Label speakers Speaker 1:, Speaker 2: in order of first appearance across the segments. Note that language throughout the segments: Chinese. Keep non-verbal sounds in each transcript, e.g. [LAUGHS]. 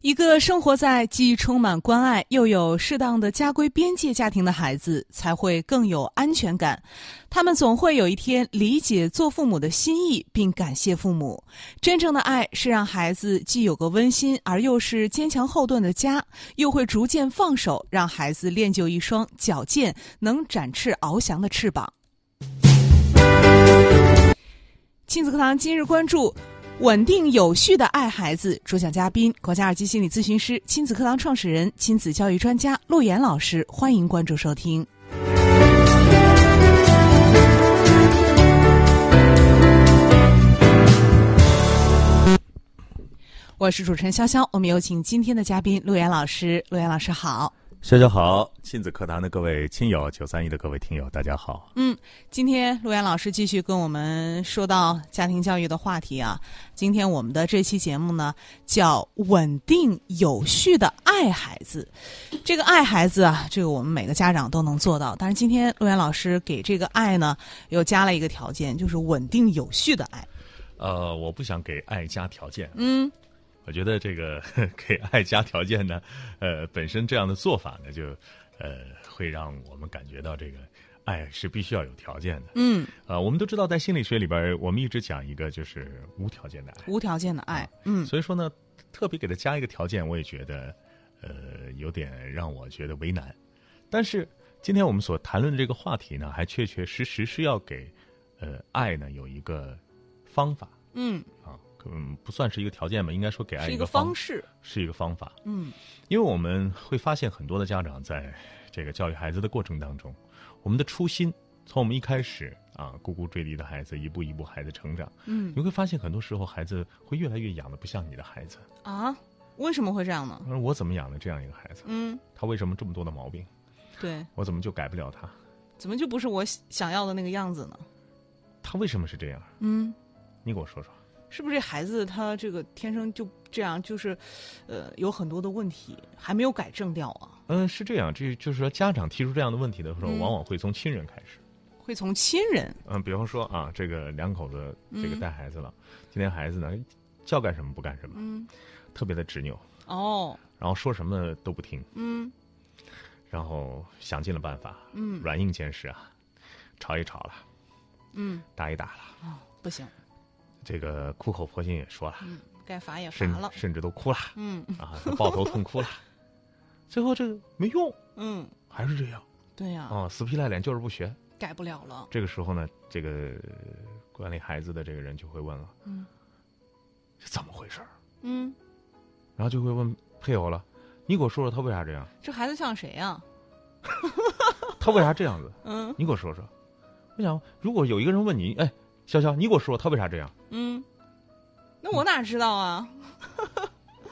Speaker 1: 一个生活在既充满关爱又有适当的家规边界家庭的孩子，才会更有安全感。他们总会有一天理解做父母的心意，并感谢父母。真正的爱是让孩子既有个温馨而又是坚强后盾的家，又会逐渐放手，让孩子练就一双矫健、能展翅翱翔的翅膀。亲子课堂今日关注：稳定有序的爱孩子。主讲嘉宾：国家二级心理咨询师、亲子课堂创始人、亲子教育专家陆岩老师。欢迎关注收听。我是主持人潇潇，我们有请今天的嘉宾陆岩老师。陆岩老师好，
Speaker 2: 大家好，亲子课堂的各位亲友，九三一的各位听友，大家好。
Speaker 1: 嗯，今天陆岩老师继续跟我们说到家庭教育的话题啊。今天我们的这期节目呢，叫“稳定有序的爱孩子”。这个爱孩子啊，这个我们每个家长都能做到，但是今天陆岩老师给这个爱呢，又加了一个条件，就是稳定有序的爱。
Speaker 2: 呃，我不想给爱加条件，
Speaker 1: 嗯，
Speaker 2: 我觉得这个 [LAUGHS] 给爱加条件呢，呃，本身这样的做法呢，就呃会让我们感觉到这个爱是必须要有条件的。
Speaker 1: 嗯，
Speaker 2: 呃，我们都知道，在心理学里边儿，我们一直讲一个就是无条件的爱，
Speaker 1: 无条件的爱。嗯
Speaker 2: 所以说呢，特别给他加一个条件，我也觉得，呃，有点让我觉得为难。但是今天我们所谈论的这个话题呢，还确确实实是要给，呃，爱呢有一个方法
Speaker 1: 嗯，
Speaker 2: 啊，嗯，不算是一个条件吧，应该说给爱
Speaker 1: 是一
Speaker 2: 个
Speaker 1: 个方，式。
Speaker 2: 是一个方法。
Speaker 1: 嗯
Speaker 2: 因为我们会发现很多的家长在这个教育孩子的过程当中，我们的初心从我们一开始啊咕咕坠地的孩子，一步一步孩子成长，
Speaker 1: 嗯
Speaker 2: 你会发现很多时候孩子会越来越养的不像你的孩子。
Speaker 1: 啊，为什么会这样呢？
Speaker 2: 他说我怎么养的这样一个孩子？
Speaker 1: 嗯，
Speaker 2: 他为什么这么多的毛病？
Speaker 1: 对，
Speaker 2: 我怎么就改不了他？
Speaker 1: 怎么就不是我想要的那个样子呢？
Speaker 2: 他为什么是这样？
Speaker 1: 嗯。
Speaker 2: 你给我说说。
Speaker 1: 是不是这孩子他这个天生就这样，就是，呃，有很多的问题还没有改正掉啊？
Speaker 2: 嗯，是这样，这就是说家长提出这样的问题的时候，
Speaker 1: 嗯
Speaker 2: 往往会从亲人开始。
Speaker 1: 会从亲人，
Speaker 2: 嗯，比方说啊，这个两口子这个
Speaker 1: 嗯
Speaker 2: 带孩子了，今天孩子呢叫干什么不干什么，
Speaker 1: 嗯，
Speaker 2: 特别的执拗，
Speaker 1: 哦，
Speaker 2: 然后说什么都不听，
Speaker 1: 嗯
Speaker 2: 然后想尽了办法，
Speaker 1: 嗯
Speaker 2: 软硬兼施啊，吵一吵了，
Speaker 1: 嗯，
Speaker 2: 打一打了，
Speaker 1: 不行，
Speaker 2: 这个苦口婆心也说了，
Speaker 1: 嗯，该罚也罚
Speaker 2: 甚
Speaker 1: 了，
Speaker 2: 甚至都哭了
Speaker 1: 嗯
Speaker 2: 啊，抱头痛哭了，最后这个没用，
Speaker 1: 嗯，哦
Speaker 2: 还是这样
Speaker 1: 对呀、
Speaker 2: 啊、死皮赖脸就是不学。
Speaker 1: 改不了了，
Speaker 2: 这个时候呢，这个呃管理孩子的这个人就会问了，
Speaker 1: 嗯，
Speaker 2: 这怎么回事儿？
Speaker 1: 嗯，
Speaker 2: 然后就会问配偶了，你给我说说他为啥这样？
Speaker 1: 嗯这孩子像谁啊呀、
Speaker 2: 他为啥这样子？
Speaker 1: 嗯
Speaker 2: 你给我说说。我想，如果有一个人问你，哎，潇潇，你给我说说他为啥这样？
Speaker 1: 嗯，那我哪知道啊？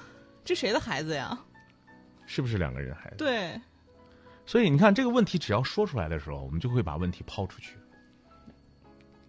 Speaker 1: [LAUGHS] 这谁的孩子呀？
Speaker 2: 是不是两个人孩子？
Speaker 1: 对，
Speaker 2: 所以你看，这个问题只要说出来的时候，我们就会把问题抛出去。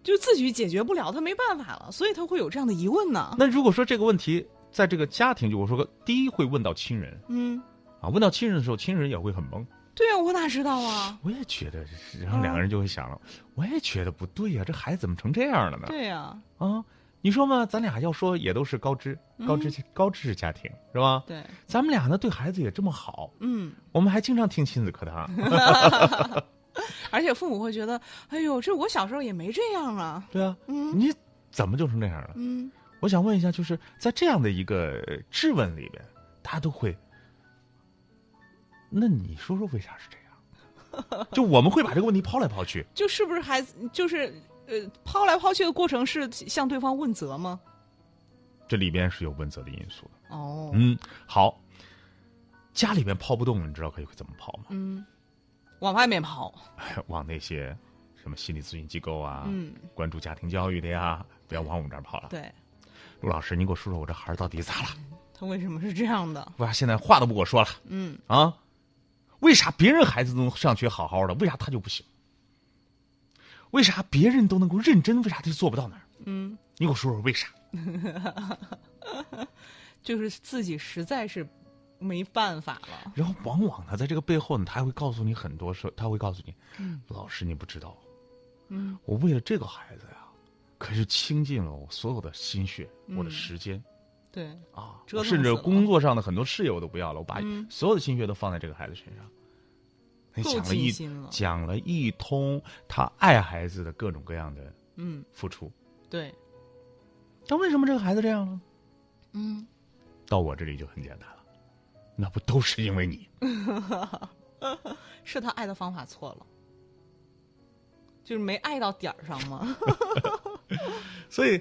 Speaker 1: 就自己解决不了，他没办法了，所以他会有这样的疑问呢。
Speaker 2: 那如果说这个问题在这个家庭，就我说过，第一会问到亲人
Speaker 1: 嗯，
Speaker 2: 啊，问到亲人的时候，亲人也会很懵。
Speaker 1: 对呀、我哪知道啊？
Speaker 2: 我也觉得，然
Speaker 1: 嗯
Speaker 2: 后两个人就会想了，我也觉得不对呀、这孩子怎么成这样了呢？
Speaker 1: 对呀、
Speaker 2: 啊，你说嘛，咱俩要说也都是高知、
Speaker 1: 嗯
Speaker 2: 高知、高知识家庭是吧？
Speaker 1: 对，
Speaker 2: 咱们俩呢对孩子也这么好，
Speaker 1: 嗯，
Speaker 2: 我们还经常听亲子课堂。
Speaker 1: 而且父母会觉得，哎呦，这我小时候也没这样啊，
Speaker 2: 对啊，
Speaker 1: 嗯
Speaker 2: 你怎么就成那样了？
Speaker 1: 嗯
Speaker 2: 我想问一下，就是在这样的一个呃质问里边，大家都会，那你说说为啥是这样？
Speaker 1: [LAUGHS]
Speaker 2: 就我们会把这个问题抛来抛去，
Speaker 1: 就是不是孩子就是呃抛来抛去的过程是向对方问责吗？
Speaker 2: 这里边是有问责的因素的。
Speaker 1: 哦，
Speaker 2: 嗯，好，家里边抛不动，你知道可以怎么抛吗？ [LAUGHS]
Speaker 1: 嗯，往外面跑，
Speaker 2: 往那些什么心理咨询机构啊，
Speaker 1: 嗯，
Speaker 2: 关注家庭教育的呀，不要往我们这儿跑了。
Speaker 1: 对嗯
Speaker 2: 陆老师，你给我说说我这孩儿到底咋了？
Speaker 1: 他为什么是这样的？
Speaker 2: 哇，现在话都不给我说了
Speaker 1: 嗯，
Speaker 2: 啊？为啥别人孩子都能上学好好的，为啥他就不行？为啥别人都能够认真，为啥他就做不到那儿？嗯，你给我说说为啥？
Speaker 1: 就是自己实在是没办法了。
Speaker 2: 然后往往呢，在这个背后呢，他还会告诉你很多事，他会告诉你，老师你不知道，
Speaker 1: 嗯，
Speaker 2: 我为了这个孩子呀，可是倾尽了我所有的心血，我的时间
Speaker 1: 对，
Speaker 2: 啊，
Speaker 1: 折腾
Speaker 2: 甚至
Speaker 1: 死了
Speaker 2: 工作上的很多事业我都不要了，我把
Speaker 1: 嗯
Speaker 2: 所有的心血都放在这个孩子身上。你
Speaker 1: 够
Speaker 2: 讲了
Speaker 1: 尽
Speaker 2: 一
Speaker 1: 心了
Speaker 2: 讲了一通他爱孩子的各种各样的
Speaker 1: 嗯，
Speaker 2: 付出，
Speaker 1: 对，
Speaker 2: 但为什么这个孩子这样呢？
Speaker 1: 嗯，
Speaker 2: 到我这里就很简单了，那不都是因为你？
Speaker 1: 是他爱的方法错了，就是没爱到点儿上嘛。
Speaker 2: 所以，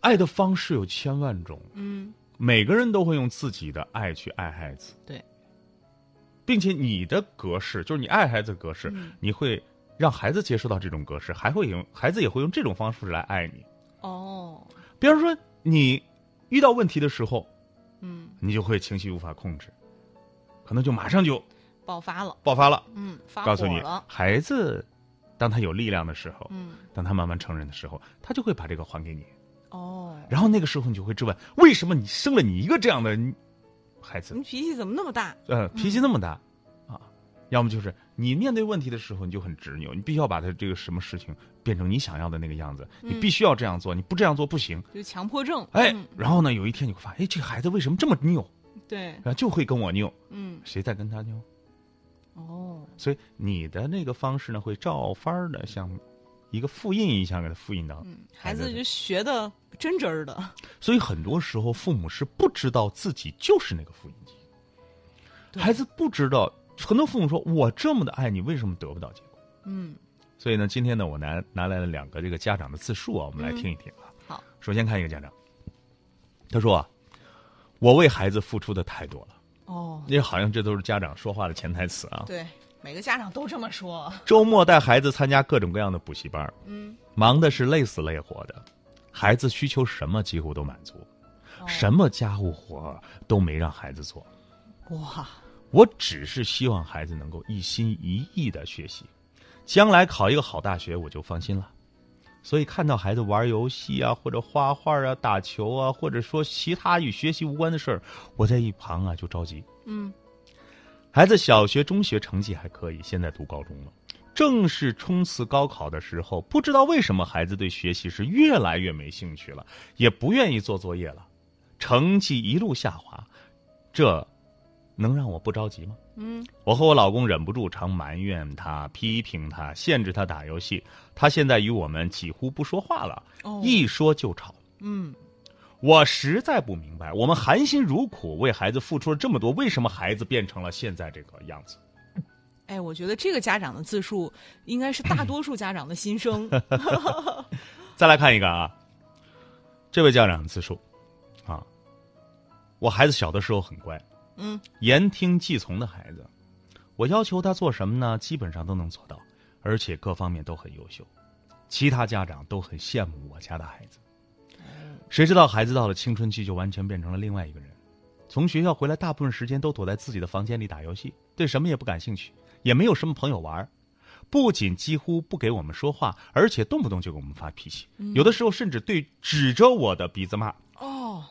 Speaker 2: 爱的方式有千万种，
Speaker 1: 嗯，
Speaker 2: 每个人都会用自己的爱去爱孩子，
Speaker 1: 对，
Speaker 2: 并且你的格式就是你爱孩子的格式，
Speaker 1: 嗯
Speaker 2: 你会让孩子接受到这种格式，还会用孩子也会用这种方式来爱你。
Speaker 1: [LAUGHS] 哦，
Speaker 2: 比方说，你遇到问题的时候，
Speaker 1: 嗯，
Speaker 2: 你就会情绪无法控制，可能就马上就
Speaker 1: 爆发了，
Speaker 2: 爆发了。
Speaker 1: 嗯，发
Speaker 2: 告诉
Speaker 1: 火
Speaker 2: 你
Speaker 1: 了，，
Speaker 2: 孩子当他有力量的时候，
Speaker 1: 嗯，
Speaker 2: 当他慢慢成人的时候，他就会把这个还给你。
Speaker 1: 哦，
Speaker 2: 然后那个时候你就会质问：为什么你生了你一个这样的孩子
Speaker 1: 你？脾气怎么那么大？
Speaker 2: 呃，脾气那么大、
Speaker 1: 嗯
Speaker 2: 啊？要么就是你面对问题的时候你就很执拗，你必须要把他这个什么事情变成你想要的那个样子，你必须要这样做，你不这样做不行。
Speaker 1: 就强迫症，
Speaker 2: 哎
Speaker 1: 嗯，
Speaker 2: 然后呢，有一天你会发现，哎，这个孩子为什么这么拗？
Speaker 1: 对，
Speaker 2: 啊，就会跟我拗，
Speaker 1: 嗯，
Speaker 2: 谁在跟他拗？
Speaker 1: 哦，
Speaker 2: 所以你的那个方式呢，会照翻儿的像一个复印一样给它复印到。
Speaker 1: 嗯孩子就学的真真儿的，
Speaker 2: 所以很多时候父母是不知道自己就是那个复印机，
Speaker 1: 对
Speaker 2: 孩子不知道。很多父母说：“我这么的爱你，为什么得不到结果
Speaker 1: 嗯，？”
Speaker 2: 所以呢，今天呢，我拿拿来了两个这个家长的自述啊，我们来听一听啊。
Speaker 1: 嗯好，
Speaker 2: 首先看一个家长，他说啊：“我为孩子付出的太多了。”
Speaker 1: 哦，
Speaker 2: 因为好像这都是家长说话的潜台词
Speaker 1: [LAUGHS]
Speaker 2: 啊。
Speaker 1: 对，每个家长都这么说，
Speaker 2: 周末带孩子参加各种各样的补习班儿，
Speaker 1: 嗯，
Speaker 2: 忙的是累死累活的，孩子需求什么几乎都满足，
Speaker 1: 哦
Speaker 2: 什么家务活儿都没让孩子做。
Speaker 1: 哇，
Speaker 2: 我只是希望孩子能够一心一意的学习，将来考一个好大学我就放心了。所以看到孩子玩游戏啊，或者画画啊、打球啊，或者说其他与学习无关的事儿，我在一旁啊就着急。
Speaker 1: 嗯，
Speaker 2: 孩子小学、中学成绩还可以，现在读高中了。正是冲刺高考的时候，不知道为什么孩子对学习是越来越没兴趣了，也不愿意做作业了，成绩一路下滑，这能让我不着急吗？
Speaker 1: 嗯，
Speaker 2: 我和我老公忍不住常埋怨他、批评他、限制他打游戏。他现在与我们几乎不说话了，
Speaker 1: 哦，
Speaker 2: 一说就吵。
Speaker 1: 嗯，
Speaker 2: 我实在不明白，我们含辛茹苦为孩子付出了这么多，为什么孩子变成了现在这个样子？
Speaker 1: 哎，我觉得这个家长的自述应该是大多数家长的
Speaker 2: [LAUGHS]
Speaker 1: 心声。
Speaker 2: 再来看一个啊，这位家长自述啊，我孩子小的时候很乖，
Speaker 1: 嗯，
Speaker 2: 言听计从的孩子，我要求他做什么呢，基本上都能做到，而且各方面都很优秀，其他家长都很羡慕我家的孩子。谁知道孩子到了青春期就完全变成了另外一个人，从学校回来大部分时间都躲在自己的房间里打游戏，对什么也不感兴趣，也没有什么朋友玩儿不仅几乎不给我们说话，而且动不动就给我们发脾气，
Speaker 1: 嗯
Speaker 2: 有的时候甚至对指着我的鼻子骂。
Speaker 1: 哦，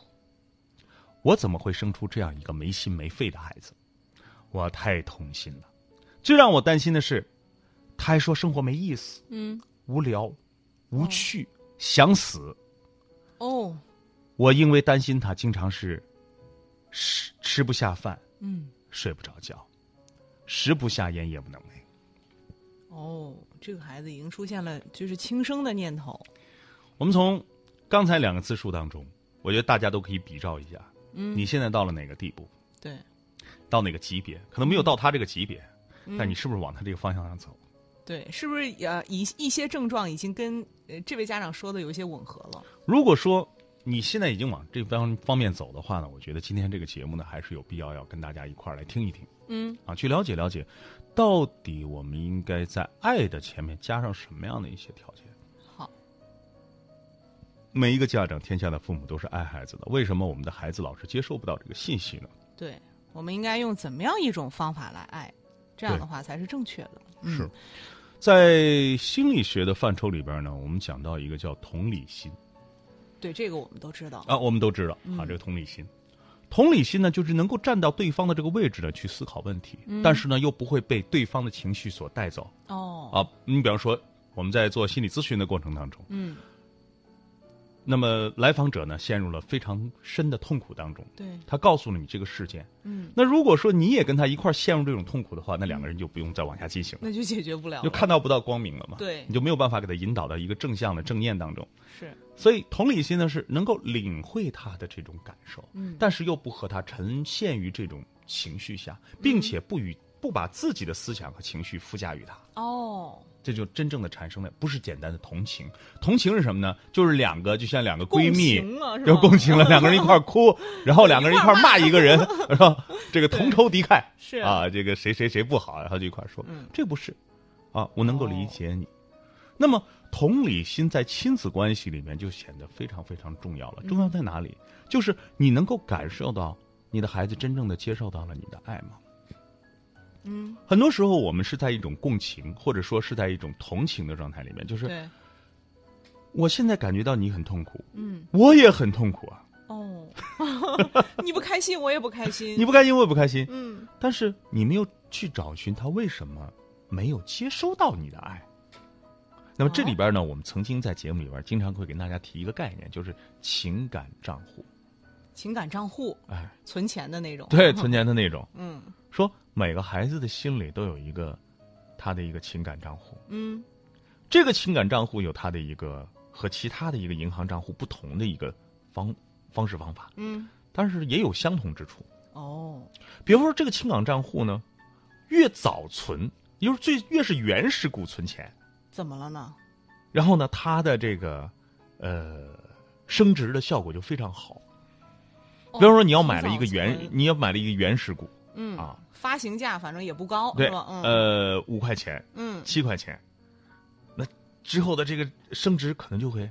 Speaker 2: 我怎么会生出这样一个没心没肺的孩子？我太痛心了。最让我担心的是，他还说生活没意思、
Speaker 1: 嗯，
Speaker 2: 无聊、无趣，想死。
Speaker 1: 哦，
Speaker 2: 我因为担心他，经常是吃吃不下饭，
Speaker 1: 嗯，
Speaker 2: 睡不着觉，食不下咽，夜不能寐。
Speaker 1: 哦，这个孩子已经出现了就是轻生的念头。
Speaker 2: 我们从刚才两个自述当中，我觉得大家都可以比照一下，嗯，你现在到了哪个地步，
Speaker 1: 对，
Speaker 2: 到哪个级别，可能没有到他这个级别，但你是不是往他这个方向上走？
Speaker 1: 对，是不是呃一一些症状已经跟呃这位家长说的有一些吻合了？
Speaker 2: 如果说你现在已经往这方方面走的话呢，我觉得今天这个节目呢，还是有必要要跟大家一块儿来听一听，
Speaker 1: 嗯，
Speaker 2: 啊，去了解了解，到底我们应该在爱的前面加上什么样的一些条件。
Speaker 1: 好，
Speaker 2: 每一个家长，天下的父母都是爱孩子的，为什么我们的孩子老是接受不到这个信息呢？
Speaker 1: 对，我们应该用怎么样一种方法来爱？这样
Speaker 2: 对
Speaker 1: 的话才是正确的。
Speaker 2: 是，在心理学的范畴里边呢，我们讲到一个叫同理心
Speaker 1: 对，这个我们都知道。嗯
Speaker 2: 啊啊，我们都知道啊，这个同理心，同理心呢，就是能够站到对方的这个位置呢去思考问题，
Speaker 1: 嗯
Speaker 2: 但是呢又不会被对方的情绪所带走
Speaker 1: 哦，
Speaker 2: 啊。你比方说我们在做心理咨询的过程当中，
Speaker 1: 嗯，
Speaker 2: 那么来访者呢陷入了非常深的痛苦当中，
Speaker 1: 对，
Speaker 2: 他告诉了你这个事件，
Speaker 1: 嗯，
Speaker 2: 那如果说你也跟他一块儿陷入这种痛苦的话，那两个人就不用再往下进行了，
Speaker 1: 那就解决不了
Speaker 2: 就
Speaker 1: 了，
Speaker 2: 看到不到光明了嘛，
Speaker 1: 嗯对
Speaker 2: 你就没有办法给他引导到一个正向的正念当中。
Speaker 1: 是
Speaker 2: 所以同理心呢是能够领会他的这种感受，嗯，但是又不和他沉陷于这种情绪下，并且不与不把自己的思想和情绪附加于他，
Speaker 1: 哦，
Speaker 2: 这就真正的产生了不是简单的同情。同情是什么呢？就是两个就像两个
Speaker 1: 共
Speaker 2: 闺蜜
Speaker 1: 情哦了是
Speaker 2: 就
Speaker 1: 吧
Speaker 2: 共情了，两个人一块儿
Speaker 1: [LAUGHS]
Speaker 2: 哭，然后两个人一块儿骂一个人，是吧？这个同仇敌
Speaker 1: [LAUGHS]
Speaker 2: 忾
Speaker 1: 是
Speaker 2: 啊，这个谁谁谁不好，然后就一块儿说，
Speaker 1: 嗯
Speaker 2: 这不是啊，我能够理解你。那么同理心在亲子关系里面就显得非常非常重要了。重要在哪里？就是你能够感受到你的孩子真正的接受到了你的爱吗？
Speaker 1: 嗯，
Speaker 2: 很多时候我们是在一种共情，或者说是在一种同情的状态里面，就是
Speaker 1: 对，
Speaker 2: 我现在感觉到你很痛苦，
Speaker 1: 嗯，
Speaker 2: 我也很痛苦啊， [LAUGHS]
Speaker 1: 哦，你不开心，我也不开心，
Speaker 2: 你不开心我也不开心，
Speaker 1: 嗯，
Speaker 2: 但是你没有去找寻他为什么没有接收到你的爱。那么这里边呢，我们曾经在节目里边经常会给大家提一个概念，就是情感账户。
Speaker 1: 情感账户
Speaker 2: 哎，
Speaker 1: 存钱的那种，
Speaker 2: 对，存钱的那种，
Speaker 1: 嗯
Speaker 2: 说每个孩子的心里都有一个他的一个情感账户，
Speaker 1: 嗯，
Speaker 2: 这个情感账户有他的一个和其他的一个银行账户不同的一个方方式方法，
Speaker 1: 嗯，
Speaker 2: 但是也有相同之处。
Speaker 1: 哦，
Speaker 2: 比如说这个情感账户呢，越早存，也就是最越是原始股存钱，
Speaker 1: 怎么了呢？
Speaker 2: 然后呢，它的这个呃升值的效果就非常好。
Speaker 1: 哦
Speaker 2: 比方说，你要买了一个原，
Speaker 1: 挺早存
Speaker 2: 你要买了一个原始股，
Speaker 1: 嗯
Speaker 2: 啊，
Speaker 1: 发行价反正也不高，
Speaker 2: 对，
Speaker 1: 是吧？嗯，
Speaker 2: 呃，五块钱、
Speaker 1: 嗯，
Speaker 2: 七块钱，那之后的这个升值可能就会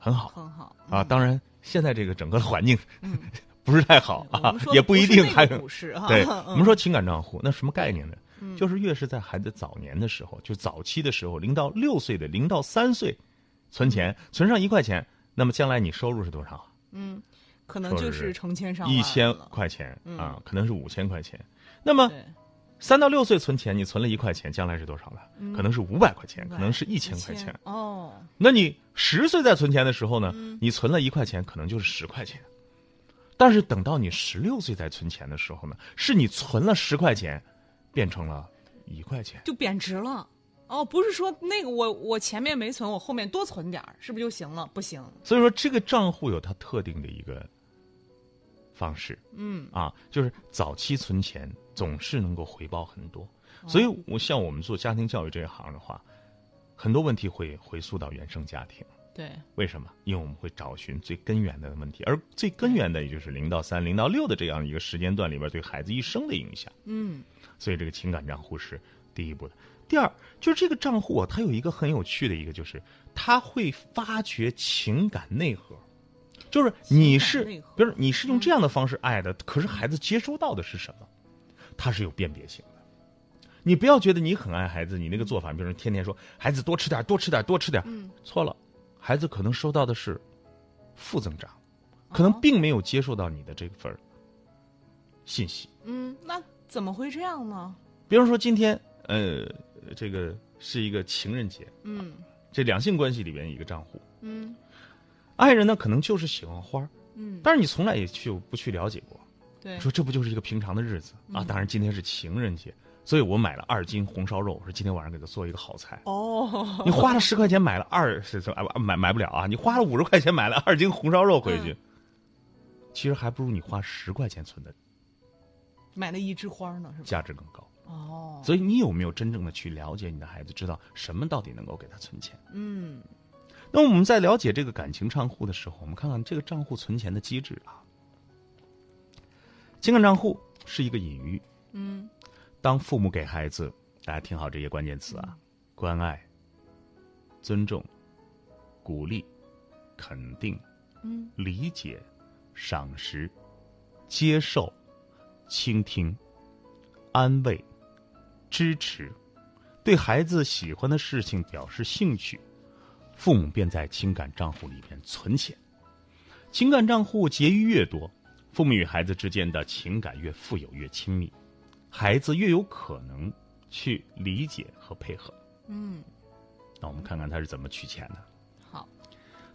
Speaker 2: 很好
Speaker 1: 很好
Speaker 2: 啊。当然，现在这个整个环境
Speaker 1: 嗯
Speaker 2: [LAUGHS] 不是太好
Speaker 1: 我
Speaker 2: 啊
Speaker 1: 们说，的
Speaker 2: 也不一定
Speaker 1: 是那
Speaker 2: 还
Speaker 1: 个
Speaker 2: 能
Speaker 1: 股市哈， [LAUGHS]
Speaker 2: 对，
Speaker 1: 嗯
Speaker 2: 我们说情感账户，那什么概念呢？就是越是在孩子早年的时候，就早期的时候，零到六岁的，零到三岁，存钱，存上一块钱，那么将来你收入是多少？
Speaker 1: 可能就
Speaker 2: 说
Speaker 1: 是
Speaker 2: 是
Speaker 1: 成千上万
Speaker 2: 一千
Speaker 1: 了
Speaker 2: 块钱
Speaker 1: 嗯
Speaker 2: 啊，可能是五千块钱。那么
Speaker 1: 对，
Speaker 2: 三到六岁存钱，你存了一块钱，将来是多少了？
Speaker 1: 嗯
Speaker 2: 可能是五百块钱，
Speaker 1: 明白
Speaker 2: 可能是一千块
Speaker 1: 1000
Speaker 2: 钱。
Speaker 1: 哦，
Speaker 2: 那你十岁在存钱的时候呢，
Speaker 1: 嗯
Speaker 2: 你存了一块钱，可能就是十块钱。但是等到你十六岁在存钱的时候呢，是你存了十块钱，变成了一块钱。
Speaker 1: 就贬值了。哦，不是说那个我我前面没存，我后面多存点儿，是不是就行了？不行，
Speaker 2: 所以说，这个账户有它特定的一个方式。嗯，啊，就是早期存钱总是能够回报很多。所以，我像我们做家庭教育这一行的话，很多问题会回溯到原生家庭。
Speaker 1: 对，
Speaker 2: 为什么？因为我们会找寻最根源的问题，而最根源的也就是零到三、零到六的这样一个时间段里边对孩子一生的影响。
Speaker 1: 嗯，
Speaker 2: 所以这个情感账户是第一步的。第二，就是这个账户啊，它有一个很有趣的一个，就是它会发掘情感内核，就是你是
Speaker 1: 情感内核，
Speaker 2: 比如说你是用这样的方式爱的，可是孩子接收到的是什么？
Speaker 1: 嗯
Speaker 2: 它是有辨别性的。你不要觉得你很爱孩子，你那个做法，比如说天天说孩子多吃点儿，多吃点儿，多吃点儿，
Speaker 1: 嗯
Speaker 2: 错了，孩子可能收到的是负增长，可
Speaker 1: 哦
Speaker 2: 能并没有接受到你的这份儿信息。
Speaker 1: 嗯，那怎么会这样呢？
Speaker 2: 比方说今天，呃，这个是一个情人节，
Speaker 1: 嗯
Speaker 2: 这两性关系里边一个账户，
Speaker 1: 嗯
Speaker 2: 爱人呢可能就是喜欢花儿，
Speaker 1: 嗯，
Speaker 2: 但是你从来也去不去了解过，
Speaker 1: 对，嗯
Speaker 2: 说这不就是一个平常的日子啊？当然今天是情人节，所以我买了二斤红烧肉，我说今天晚上给他做一个好菜。
Speaker 1: 哦，
Speaker 2: 你花了十块钱买了二是是啊买买不了啊！你花了五十块钱买了二斤红烧肉回去，其实还不如你花十块钱存的
Speaker 1: 买了一枝花呢，是吧？
Speaker 2: 价值更高。
Speaker 1: 哦，
Speaker 2: 所以你有没有真正的去了解你的孩子，知道什么到底能够给他存钱？
Speaker 1: 嗯，
Speaker 2: 那我们在了解这个感情账户的时候，我们看看这个账户存钱的机制啊。情感账户是一个隐喻，嗯，当父母给孩子，大家听好这些关键词啊：关爱、尊重、鼓励、肯定、嗯、理解、赏识、接受、倾听、安慰、支持，对孩子喜欢的事情表示兴趣。父母便在情感账户里边存钱。情感账户结余越多，父母与孩子之间的情感越富有越亲密，孩子越有可能去理解和配合。
Speaker 1: 嗯，
Speaker 2: 那我们看看他是怎么取钱的。
Speaker 1: 好，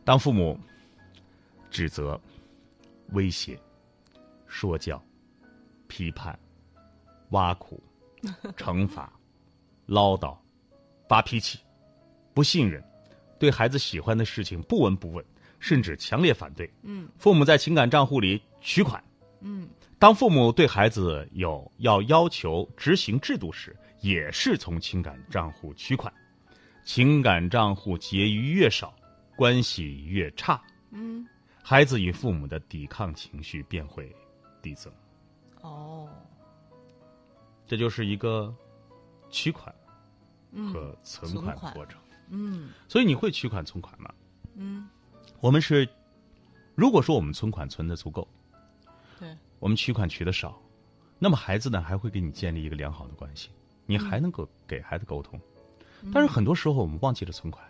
Speaker 2: 当父母指责、威胁、说教、批判、挖
Speaker 1: [LAUGHS]
Speaker 2: 苦、惩罚、唠叨、发脾气、不信任，对孩子喜欢的事情不闻不问，甚至强烈反对。
Speaker 1: 嗯，
Speaker 2: 父母在情感账户里取款。
Speaker 1: 嗯，
Speaker 2: 当父母对孩子有要要求执行制度时，也是从情感账户取款。情感账户结余越少，关系越差，
Speaker 1: 嗯，
Speaker 2: 孩子与父母的抵抗情绪便会递增。
Speaker 1: 哦，
Speaker 2: 这就是一个取款和存
Speaker 1: 嗯存
Speaker 2: 款的
Speaker 1: 款
Speaker 2: 过程。
Speaker 1: 嗯
Speaker 2: 所以你会取款存款吗？
Speaker 1: 嗯，
Speaker 2: 我们是，如果说我们存款存的足够，
Speaker 1: 对，
Speaker 2: 我们取款取的少，那么孩子呢还会给你建立一个良好的关系，你还
Speaker 1: 嗯
Speaker 2: 能够给孩子沟通。但是很多时候我们忘记了存款，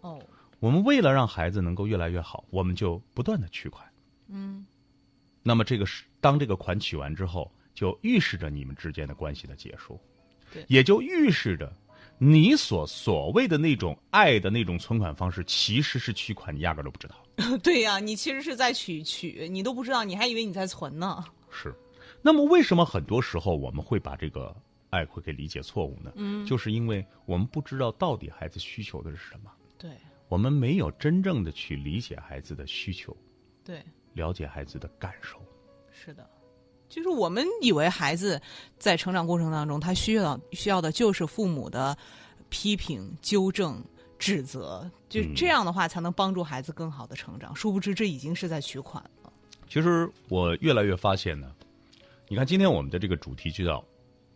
Speaker 1: 哦，
Speaker 2: 我们为了让孩子能够越来越好，我们就不断的取款。
Speaker 1: 嗯
Speaker 2: 那么这个是当这个款取完之后，就预示着你们之间的关系的结束
Speaker 1: 对，
Speaker 2: 也就预示着你所所谓的那种爱的那种存款方式，其实是取款，你压根儿都不知道。
Speaker 1: [LAUGHS] 对呀、你其实是在取取，你都不知道，你还以为你在存呢。
Speaker 2: 是，那么为什么很多时候我们会把这个爱会给理解错误呢？嗯，就是因为我们不知道到底孩子需求的是什么，
Speaker 1: 对
Speaker 2: 我们没有真正的去理解孩子的需求，
Speaker 1: 对，
Speaker 2: 了解孩子的感受。
Speaker 1: 是的，就是我们以为孩子在成长过程当中，他需要需要的就是父母的批评、纠正、指责，就
Speaker 2: 嗯
Speaker 1: 这样的话才能帮助孩子更好的成长。殊不知，这已经是在取款了。
Speaker 2: 其实我越来越发现呢，你看今天我们的这个主题就叫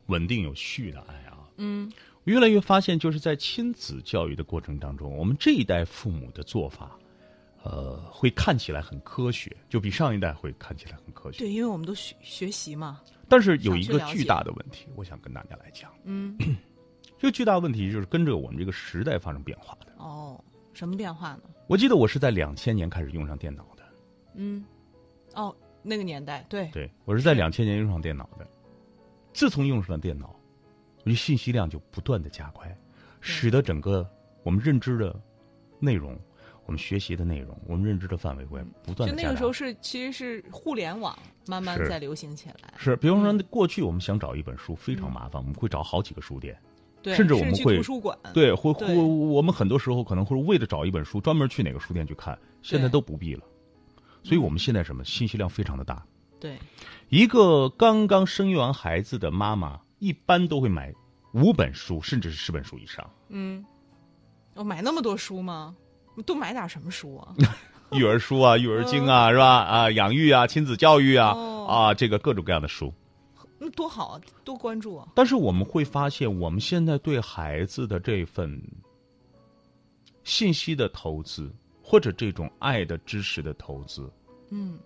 Speaker 2: 稳定有序的爱啊。嗯，我越来越发现，就是在亲子教育的过程当中，我们这一代父母的做法，呃，会看起来很科学，就比上一代会看起来很科学。
Speaker 1: 对，因为我们都学学习嘛。
Speaker 2: 但是有一
Speaker 1: 想
Speaker 2: 个
Speaker 1: 去了解
Speaker 2: 巨大的问题，我想跟大家来讲，
Speaker 1: 嗯，
Speaker 2: 这个巨大问题就是跟着我们这个时代发生变化的。
Speaker 1: 哦，什么变化呢？
Speaker 2: 我记得我是在两千年开始用上电脑的，
Speaker 1: 嗯，哦，那个年代，对，
Speaker 2: 对我是在两千年用上电脑的。自从用上了电脑，我觉得信息量就不断的加快，使得整个我们认知的内容、我们学习的内容、我们认知的范围会不断
Speaker 1: 嗯就
Speaker 2: 的
Speaker 1: 那
Speaker 2: 加
Speaker 1: 个时候
Speaker 2: 大。
Speaker 1: 是其实是互联网慢慢
Speaker 2: 是
Speaker 1: 在流行起来，
Speaker 2: 是，比
Speaker 1: 嗯
Speaker 2: 方说过去我们想找一本书非常麻烦，我们会找好几个书店，
Speaker 1: 对，
Speaker 2: 甚至我们
Speaker 1: 去
Speaker 2: 会
Speaker 1: 图书馆，
Speaker 2: 对，会
Speaker 1: 嗯对
Speaker 2: 会我们很多时候可能会为了找一本书专门去哪个书店去看，现在
Speaker 1: 对嗯
Speaker 2: 都不必了。所以我们现在什么信息量非常的大，
Speaker 1: 对，
Speaker 2: 一个刚刚生育完孩子的妈妈，一般都会买五本书，甚至是十本书以上，
Speaker 1: 嗯，我买那么多书吗？都买点什么
Speaker 2: [LAUGHS]
Speaker 1: 书啊？
Speaker 2: [LAUGHS] 育儿书啊、育儿经啊，是吧？啊，养育啊、亲子教育啊，
Speaker 1: 哦
Speaker 2: 啊，这个各种各样的书。
Speaker 1: 那多好啊，多关注啊！
Speaker 2: 但是我们会发现，我们现在对孩子的这份信息的投资，或者这种爱的知识的投资，
Speaker 1: 嗯，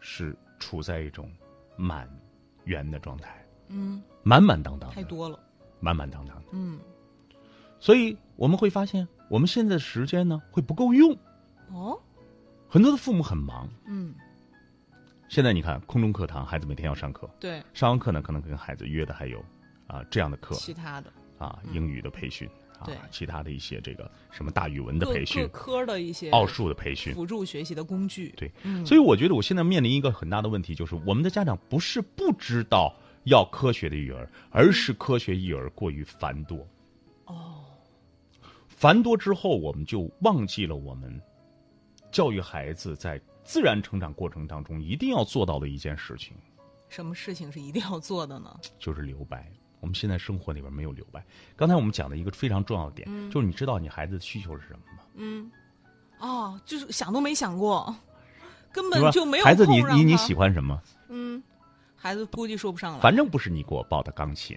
Speaker 2: 是处在一种满员的状态，
Speaker 1: 嗯，
Speaker 2: 满满当当的，
Speaker 1: 太多了。
Speaker 2: 满满当当的。
Speaker 1: 嗯，
Speaker 2: 所以我们会发现，我们现在的时间呢会不够用。
Speaker 1: 哦，
Speaker 2: 很多的父母很忙，
Speaker 1: 嗯，
Speaker 2: 现在你看空中课堂，孩子每天要上课，
Speaker 1: 对，
Speaker 2: 上完课呢，可能跟孩子约的还有啊、这样的课
Speaker 1: 其他的
Speaker 2: 啊，英语的培训啊
Speaker 1: 对，
Speaker 2: 其他的一些这个什么大语文的
Speaker 1: 各
Speaker 2: 培
Speaker 1: 各
Speaker 2: 训、
Speaker 1: 科的一些
Speaker 2: 奥数的培训，
Speaker 1: 辅助学习的工具。嗯
Speaker 2: 对，所以我觉得我现在面临一个很大的问题，就是我们的家长不是不知道要科学的育儿，而是科学育儿过于繁多。哦，繁多之后，我们就忘记了我们教育孩子在自然成长过程当中一定要做到的一件事情，
Speaker 1: 什么事情是一定要做的呢？
Speaker 2: 就是留白。我们现在生活里边没有留白。刚才我们讲的一个非常重要的点，
Speaker 1: 嗯
Speaker 2: 就是你知道你孩子的需求是什么吗？
Speaker 1: 哦，就是想都没想过，根
Speaker 2: 你说
Speaker 1: 本就没有
Speaker 2: 孩子
Speaker 1: 空
Speaker 2: 你，
Speaker 1: 让
Speaker 2: 你你
Speaker 1: 他嗯
Speaker 2: 喜欢什么？
Speaker 1: 孩子估计说不上来。
Speaker 2: 反正不是你给我报的钢琴。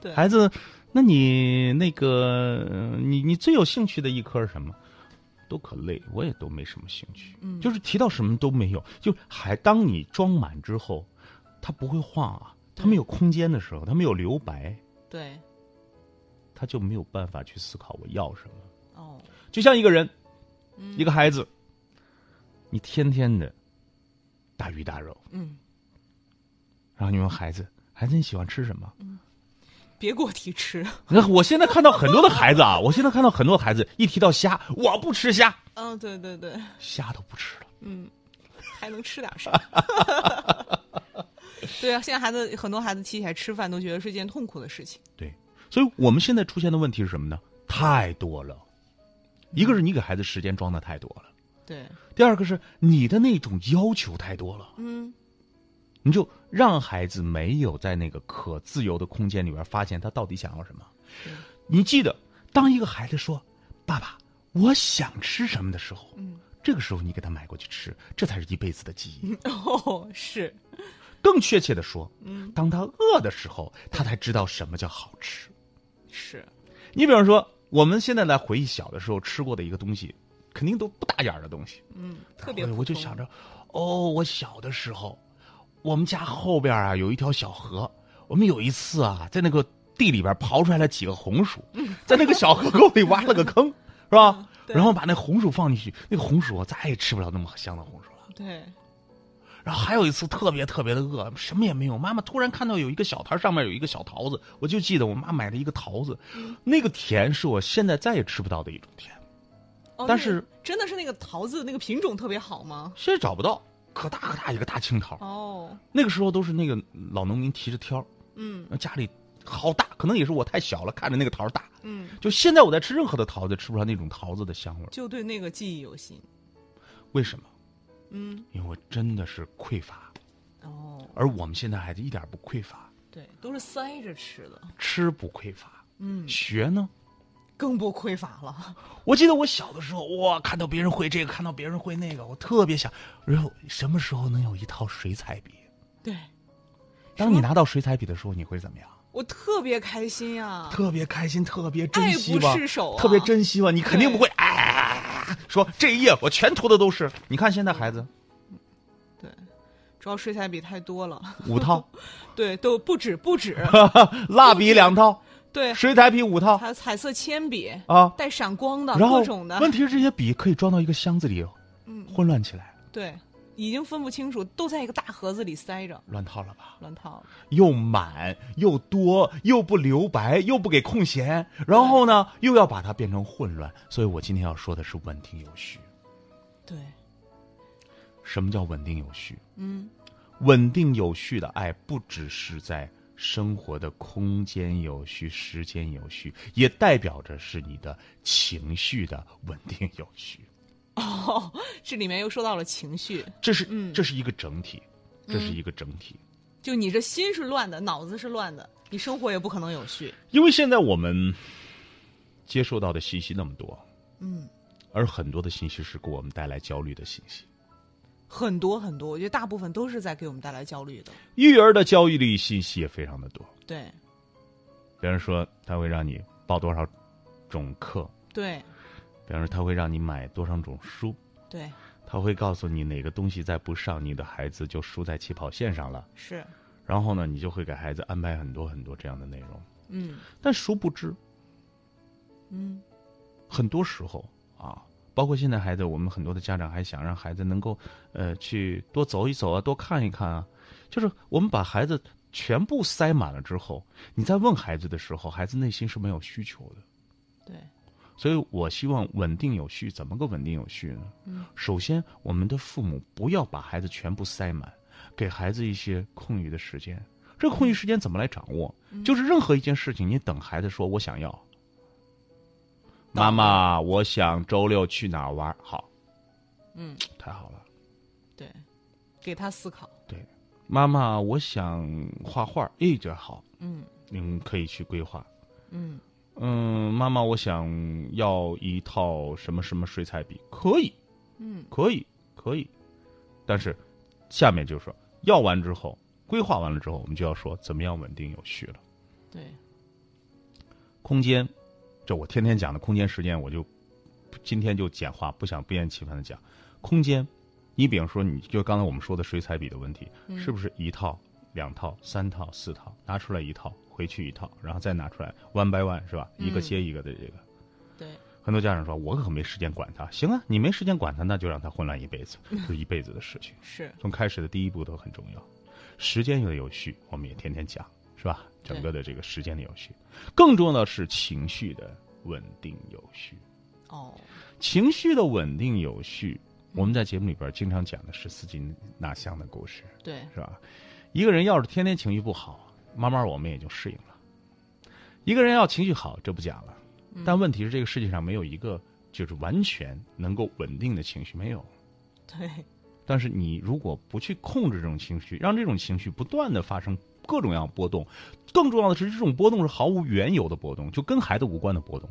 Speaker 1: 对
Speaker 2: 孩子，那你那个呃你你最有兴趣的一科是什么？都可累，我也都没什么兴趣。嗯，就是提到什么都没有，就还当你装满之后，它不会晃啊，它没有空间的时候，它没有留白，
Speaker 1: 对，
Speaker 2: 它就没有办法去思考我要什么。
Speaker 1: 哦，
Speaker 2: 就像一个人，一个孩子，你天天的大鱼大肉。
Speaker 1: 嗯，
Speaker 2: 然后你问孩子，孩子你喜欢吃什么？
Speaker 1: 别给我提吃。 [LAUGHS]
Speaker 2: 那我现在看到很多的孩子啊， [LAUGHS] 我现在看到很多孩子一提到虾，我不吃虾，
Speaker 1: 嗯、对对对，
Speaker 2: 虾都不吃了。
Speaker 1: 还能吃点啥？ [LAUGHS] 对啊，现在孩子很多孩子提起来吃饭都觉得是件痛苦的事情。
Speaker 2: 对，所以我们现在出现的问题是什么呢？太多了，一个是你给孩子时间装的太多了。
Speaker 1: 对，
Speaker 2: 第二个是你的那种要求太多了，
Speaker 1: 嗯，
Speaker 2: 你就让孩子没有在那个可自由的空间里边发现他到底想要什么。你记得，当一个孩子说“爸爸，我想吃什么”的时候，这个时候你给他买过去吃，这才是一辈子的记忆。
Speaker 1: 哦， [LAUGHS] 是，
Speaker 2: 更确切的说，当他饿的时候，他才知道什么叫好吃。
Speaker 1: 是，
Speaker 2: 你比方说，我们现在来回忆小的时候吃过的一个东西，肯定都不大眼儿的东西。
Speaker 1: 嗯，特别
Speaker 2: 哎
Speaker 1: 普通。
Speaker 2: 我就想着，哦，我小的时候，我们家后边啊有一条小河，我们有一次啊在那个地里边刨出来了几个红薯，在那个小河沟里挖了个
Speaker 1: [LAUGHS]
Speaker 2: 坑，是吧？
Speaker 1: 嗯对
Speaker 2: 然后把那红薯放进去，那个红薯我再也吃不了那么香的红薯了。
Speaker 1: 对，
Speaker 2: 然后还有一次特别特别的饿，什么也没有。妈妈突然看到有一个小摊儿上面有一个小桃子，我就记得我妈买了一个桃子，
Speaker 1: 嗯
Speaker 2: 那个甜是我现在再也吃不到的一种甜，
Speaker 1: 哦、
Speaker 2: 但
Speaker 1: 那
Speaker 2: 是
Speaker 1: 真的是那个桃子那个品种特别好吗？
Speaker 2: 现在找不到，可大可大一个大青桃。
Speaker 1: 哦，
Speaker 2: 那个时候都是那个老农民提着挑儿，
Speaker 1: 嗯
Speaker 2: 家里好大，可能也是我太小了，看着那个桃儿大。
Speaker 1: 嗯，
Speaker 2: 就现在我在吃任何的桃子，吃不上那种桃子的香味儿，
Speaker 1: 就对那个记忆犹新。
Speaker 2: 为什么？
Speaker 1: 嗯，
Speaker 2: 因为我真的是匮乏，
Speaker 1: 哦，
Speaker 2: 而我们现在孩子一点儿不匮乏，
Speaker 1: 对，都是塞着吃的，
Speaker 2: 吃不匮乏，
Speaker 1: 嗯，
Speaker 2: 学呢？
Speaker 1: 更不匮乏
Speaker 2: [LAUGHS]
Speaker 1: 了。
Speaker 2: 我记得我小的时候，哇，看到别人会这个，看到别人会那个，我特别想，然后什么时候能有一套水彩笔？
Speaker 1: 对，
Speaker 2: 当你拿到水彩笔的时候，你会怎么样？
Speaker 1: 我特别开心呀、
Speaker 2: 特别开心，特别珍惜
Speaker 1: 啊爱
Speaker 2: 吧，
Speaker 1: 不释手啊
Speaker 2: 特别珍惜吧。你肯定不会哎，说这一页我全涂的都是。你看现在孩
Speaker 1: [LAUGHS]
Speaker 2: 子
Speaker 1: 主要水彩笔太多了，
Speaker 2: 五套，
Speaker 1: 对，都不止
Speaker 2: [LAUGHS]
Speaker 1: 不止，
Speaker 2: 蜡笔两套，
Speaker 1: 对，
Speaker 2: 水彩笔五套
Speaker 1: 还有彩色铅笔，
Speaker 2: 啊。
Speaker 1: 带闪光的，
Speaker 2: 然后
Speaker 1: 各种的，嗯
Speaker 2: 问题是这些笔可以装到一个箱子里，混乱起来，
Speaker 1: 对，已经分不清楚，都在一个大盒子里塞着，
Speaker 2: 乱套了吧？
Speaker 1: 乱套了。
Speaker 2: 又满又多，又不留白，又不给空闲，然后呢又要把它变成混乱。所以我今天要说的是稳定有序。
Speaker 1: 对，
Speaker 2: 什么叫稳定有序？嗯，稳定有序的爱，不只是在生活的空间有序、时间有序，也代表着是你的情绪的稳定有序。
Speaker 1: 哦， [LAUGHS] 这里面又说到了情绪，
Speaker 2: 这是、这是一个整体，这是一个整体。
Speaker 1: 就你这心是乱的，脑子是乱的，你生活也不可能有序。
Speaker 2: 因为现在我们接受到的信息那么多，嗯，而很多的信息是给我们带来焦虑的信息。
Speaker 1: 很多很多，我觉得大部分都是在给我们带来焦虑的。
Speaker 2: 育儿的焦虑信息也非常的多，
Speaker 1: 对
Speaker 2: 比方说它会让你报多少种课，
Speaker 1: 对
Speaker 2: 比方说，他会让你买多少种书，
Speaker 1: 对，
Speaker 2: 他会告诉你哪个东西再不上，你的孩子就输在起跑线上了。
Speaker 1: 是，
Speaker 2: 然后呢，你就会给孩子安排很多很多这样的内容。
Speaker 1: 嗯
Speaker 2: 但殊不知，
Speaker 1: 嗯，
Speaker 2: 很多时候啊，包括现在孩子，我们很多的家长还想让孩子能够呃去多走一走啊，多看一看啊，就是我们把孩子全部塞满了之后，你在问孩子的时候，孩子内心是没有需求的。
Speaker 1: 对，
Speaker 2: 所以我希望稳定有序，怎么个稳定有序呢？
Speaker 1: 嗯
Speaker 2: 首先，我们的父母不要把孩子全部塞满，给孩子一些空余的时间。这个空余时间怎么来掌握？就是任何一件事情，你等孩子说我想要，妈妈，我想周六去哪儿玩儿？好，
Speaker 1: 嗯，
Speaker 2: 太好了。
Speaker 1: 对，给他思考。
Speaker 2: 对，妈妈，我想画画儿，哎，这好，
Speaker 1: 嗯
Speaker 2: 嗯，可以去规划。
Speaker 1: 嗯，
Speaker 2: 嗯，妈妈，我想要一套什么什么水彩笔，可以，
Speaker 1: 嗯，
Speaker 2: 可以，可以。但是下面就是说，要完之后，规划完了之后，我们就要说怎么样稳定有序了。
Speaker 1: 对，
Speaker 2: 空间，这我天天讲的空间时间，我就今天就简化，不想不厌其烦的讲空间。你比方说，你就刚才我们说的水彩笔的问题，是不是一套、两套、三套、四套，拿出来一套，回去一套，然后再拿出来，one by one 是吧？一个接一个的这个。
Speaker 1: 对，
Speaker 2: 很很多家长说，我可没时间管他。行啊，你没时间管他，那就让他混乱一辈子，是一辈子的事情。
Speaker 1: 是
Speaker 2: 从开始的第一步都很重要。时间的有序，我们也天天讲，是吧？整个的这个时间的有序，更重要的是情绪的稳定有序。
Speaker 1: 哦，
Speaker 2: 情绪的稳定有序，我们在节目里边经常讲的是四斤纳香的故事，
Speaker 1: 对，
Speaker 2: 是吧？一个人要是天天情绪不好，慢慢我们也就适应了。一个人要情绪好，这不假了，但问题是这个世界上没有一个就是完全能够稳定的情绪，没有。
Speaker 1: 对，
Speaker 2: 但是你如果不去控制这种情绪，让这种情绪不断的发生各种各样的波动，更重要的是这种波动是毫无缘由的波动，就跟孩子无关的波动。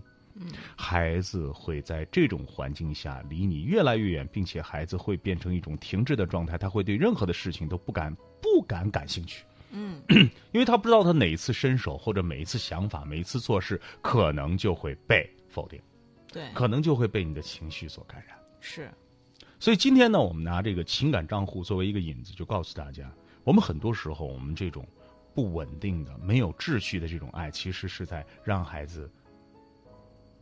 Speaker 2: 孩子会在这种环境下离你越来越远，并且孩子会变成一种停滞的状态，他会对任何的事情都不敢不敢感兴趣。
Speaker 1: 嗯，
Speaker 2: [CLEARS THROAT] 因为他不知道他哪一次伸手，或者每一次想法、每一次做事，可能就会被否定，
Speaker 1: 对，
Speaker 2: 可能就会被你的情绪所感染。
Speaker 1: 是，
Speaker 2: 所以今天呢，我们拿这个情感账户作为一个引子，就告诉大家，我们很多时候我们这种不稳定的、没有秩序的这种爱，其实是在让孩子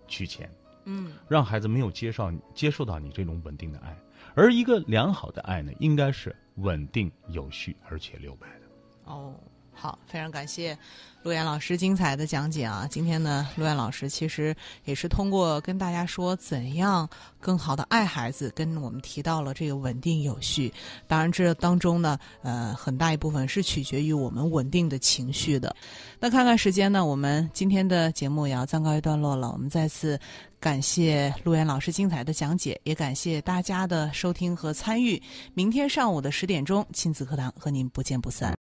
Speaker 2: 取钱，
Speaker 1: 嗯，
Speaker 2: 让孩子没有接受接受到你这种稳定的爱。而一个良好的爱呢，应该是稳定、有序而且留白的。
Speaker 1: 哦，好，非常感谢陆岩老师精彩的讲解啊！今天呢，陆岩老师其实也是通过跟大家说怎样更好的爱孩子，跟我们提到了这个稳定有序。当然，这当中呢，呃，很大一部分是取决于我们稳定的情绪的。那看看时间呢，我们今天的节目也要暂告一段落了。我们再次感谢陆岩老师精彩的讲解，也感谢大家的收听和参与。明天上午的十点钟，亲子课堂和您不见不散。